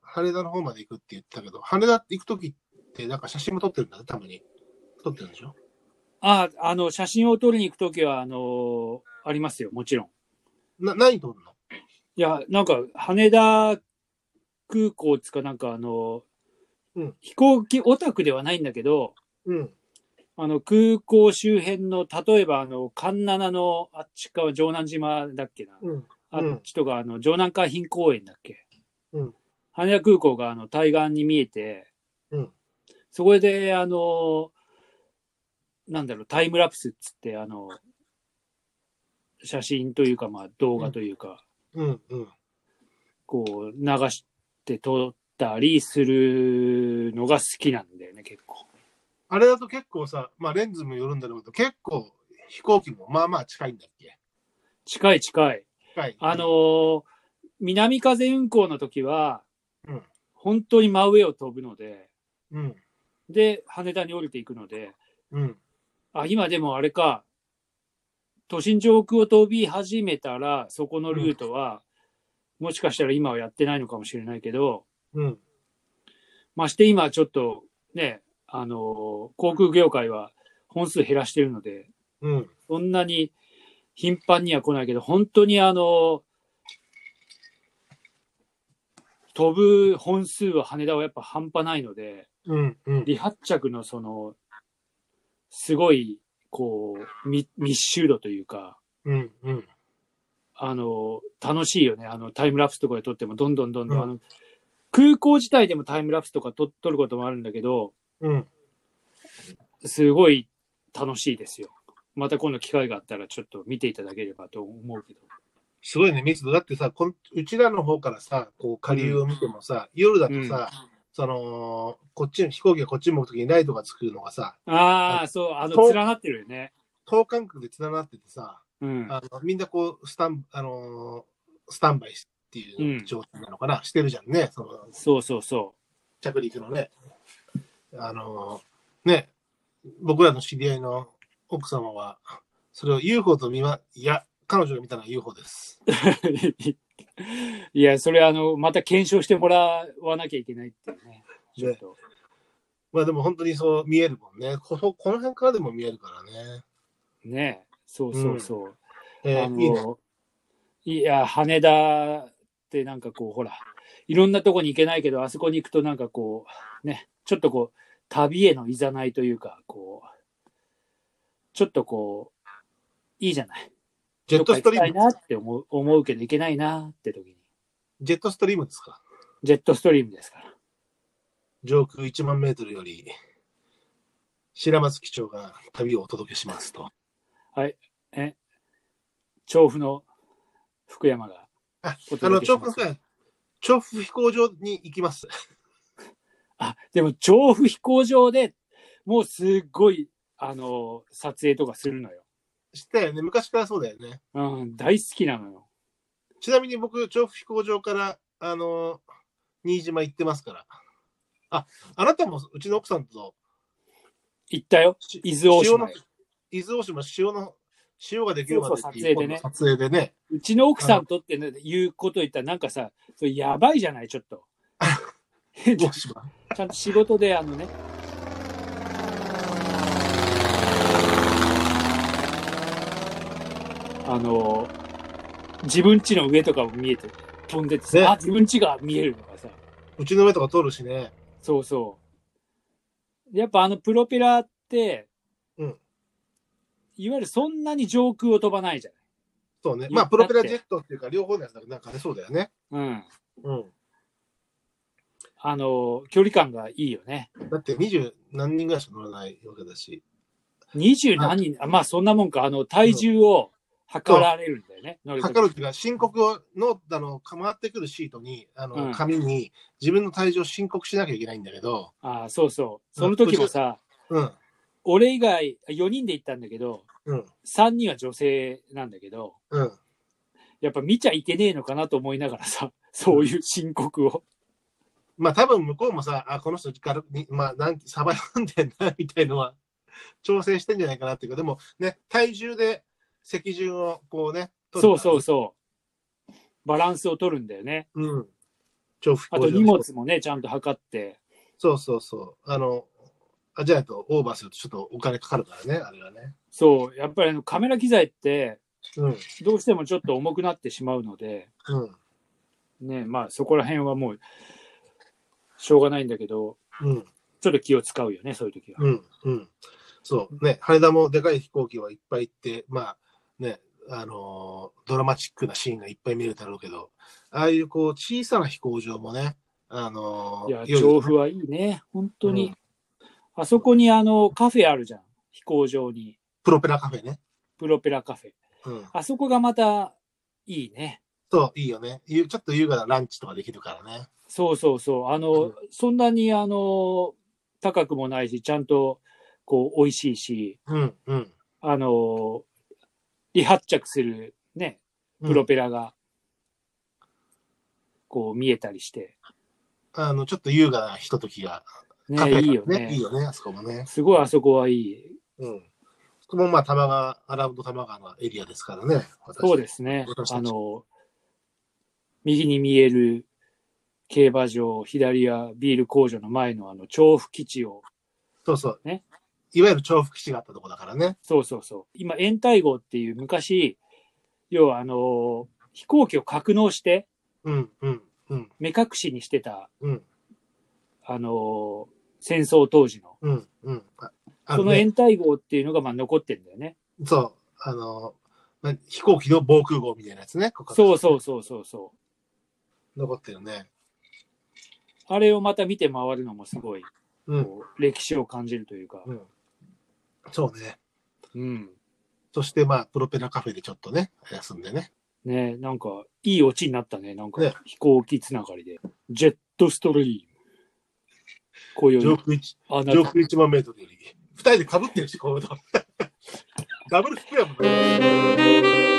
羽田の方まで行くって言ってたけど、羽田行くときって、なんか写真も撮ってるんだね、たまに。撮ってるんでしょあ、あの、写真を撮りに行くときは、あの、ありますよ、もちろん。な、何撮るのいや、なんか、羽田空港つか、なんか、あの、うん飛行機オタクではないんだけど、うん。あの、空港周辺の、例えば、あの、カンナナの、あっち側、城南島だっけな。うん。あうんっちとか、あの、城南海浜公園だっけ。うん羽田空港が、あの、対岸に見えて、うんそこで、あの、なんだろう、タイムラプスっつって、あの、写真というか、まあ、動画というか、うん。うん。こう、流して撮ったりするのが好きなんだよね、結構。あれだと結構さ、まあレンズもよるんだろうけど、結構飛行機もまあまあ近いんだっけ近い近い。近い。あの、ー南風運行の時は、うん本当に真上を飛ぶので、うん。で、羽田に降りていくので、うん。あ、今でもあれか、都心上空を飛び始めたら、そこのルートは、もしかしたら今はやってないのかもしれないけど、うん。まして今ちょっとね、あのー航空業界は本数減らしてるので、うん。そんなに頻繁には来ないけど、本当にあの、飛ぶ本数は羽田はやっぱ半端ないので、うん。うん。離発着のその、すごい、こう、密密集度というか、うん。うん。あの、楽しいよね。あの、タイムラプスとかで撮っても、どんどんどんどん、うんあの、空港自体でもタイムラプスとか撮撮ることもあるんだけど、うん。すごい楽しいですよ。また今度機会があったらちょっと見ていただければと思うけど。すごいね、密度。だってさ、こんうちらの方からさ、こう、下流を見てもさ、夜だとさ、その、こっちの飛行機がこっちに向くときにライトがつくのがさ、ああ、そう、あの、そう連なってるよね。等間隔で繋がっててさ、うん。あのみんなこう、スタン、あのースタンバイしっていう状態なのかな、してるじゃんね、そのそうそうそ着陸のね。あのーね、僕らの知り合いの奥様は、それを UFO と見ま、いや、彼女が見たのは UFO です。 う。 いや、それ、あの、また検証してもらわなきゃいけないっていうね。ちょっと。まあでも本当にそう見えるもんね。こここの辺からでも見えるからね。ねそうそうそう。えあーいいね。の、いや、羽田ってなんかこう、ほら、いろんなとこに行けないけど、あそこに行くとなんかこう、ね、ちょっとこう、旅へのいざないというか、こう、ちょっとこう、いいじゃない。ジェットストリどっーか行きム、たいなって思う思うけど、行けないなって時に。ジェットストリームですかジェットストリームですから。上空1万メートルより、白松機長が旅をお届けしますと。調布の福山があおあの、届けし調ま布す。さん、調布飛行場に行きます。 あ、でも調布飛行場でもうすっごい、あの、撮影とかするのよ。知ったよね。昔からそうだよね。うん、大好きなのよ。ちなみに僕、調布飛行場から、あの、新島行ってますから。あ、あなたもうちの奥さんと、行ったよ。し伊豆大島潮への伊豆大島、潮の、潮ができるまでっていそうそう撮影で今ね度撮影でね。うちの奥さんとってね言うこと言ったらなんかさ、それやばいじゃない、ちょっと。ち大島。ゃんと仕事であのね。あの、自分家の上とかも見えて、飛んでてさ、ねあ、自分家が見えるのがさ。 うちの上とか通るしね。そうそう。やっぱあのプロペラって、うんいわゆるそんなに上空を飛ばないじゃそうね。いやまあ、プロペラだっジてェットっていうか、両方のやつだけど、なんかね、そうだよね。ない。うん。うん。あの、距離感がいいよね。だって二十何人ぐらいしか乗らないわけだし。二十何人、あまあそんなもんか、あの、体重を測られるんだよね。乗る時測るっていうか、申告をの、あの、回ってくるシートに、あの、うん紙に自分の体重を申告しなきゃいけないんだけど、あそうそう。その時もさ、うん、俺以外4人で行ったんだけど、うん、 3人は女性なんだけど、うん。やっぱ見ちゃいけねえのかなと思いながらさ、そういう申告を。まあ多分向こうもさ、あ、この人軽くに、まあ、なんサバ読んでんな、みたいのは、調整してんじゃないかなっていうか、でもね、体重で席順をこうね、そうそうう。そう。バランスを取るんだよね。うん。調布飛あ行と場荷物もね、ちゃんと測って。そうそうそう。あの、あじゃないとオーバーするとちょっとお金かかるからね、あれはね。そう、やっぱりあのカメラ機材って、うん。どうしてもちょっと重くなってしまうので、うん。ね、まあそこら辺はもう、しょうがないんだけど、うん。ちょっと気を使うよね、そういう時は。うん。うん。そう。ね、羽田もでかい飛行機はいっぱい行って、まあ、ね、あのードラマチックなシーンがいっぱい見れるだろうけど、ああいうこう、小さな飛行場もね、あのーいや、夜調布はいいね、本当に。うんあそこにあの、カフェあるじゃん、飛行場に。プロペラカフェね。プロペラカフェ。うん。あそこがまた、いいね。そう、いいよね。ゆちょっと優雅なランチとかできるからね。そうそうそう。あの、うんそんなにあの、高くもないし、ちゃんと、こう、美味しいし、うん、うん。あの、離発着するね、プロペラが、こう見えたりして。あの、ちょっと優雅なひとときが、カフェがね、いいよねいいよね、あそこもね。すごいあそこはいい。うん。そこもまあ、玉川、アラウンド玉川のエリアですからね。そうす。ですね私。たちあの、右に見える競馬場、左はビール工場の前のあの、調布基地を、そうそう。ねいわゆる調布基地があったとこだからね。そうそうそう。今、延滞号っていう昔、要はあの、飛行機を格納して、うん、うん、うん、目隠しにしてた、うん、あの、戦争当時の。うん、うん。ああそののね、延滞号っていうのがまあ残ってんだよね。そう、あの、まあ飛行機の防空壕みたいなやつね。ここそうそうそうそうそう。残ってるね。あれをまた見て回るのもすごい、うん、こう歴史を感じるというか。うん。そうね。うん。そしてまあ、プロペラカフェでちょっとね、休んでね。ねなんか、いいオチになったね。なんねか、飛行機つながりで。ジェットストリーム。こうい上う、空一あな上た空1万メートルより。二人で被ってるし、こういうの。ダブルスペアもない。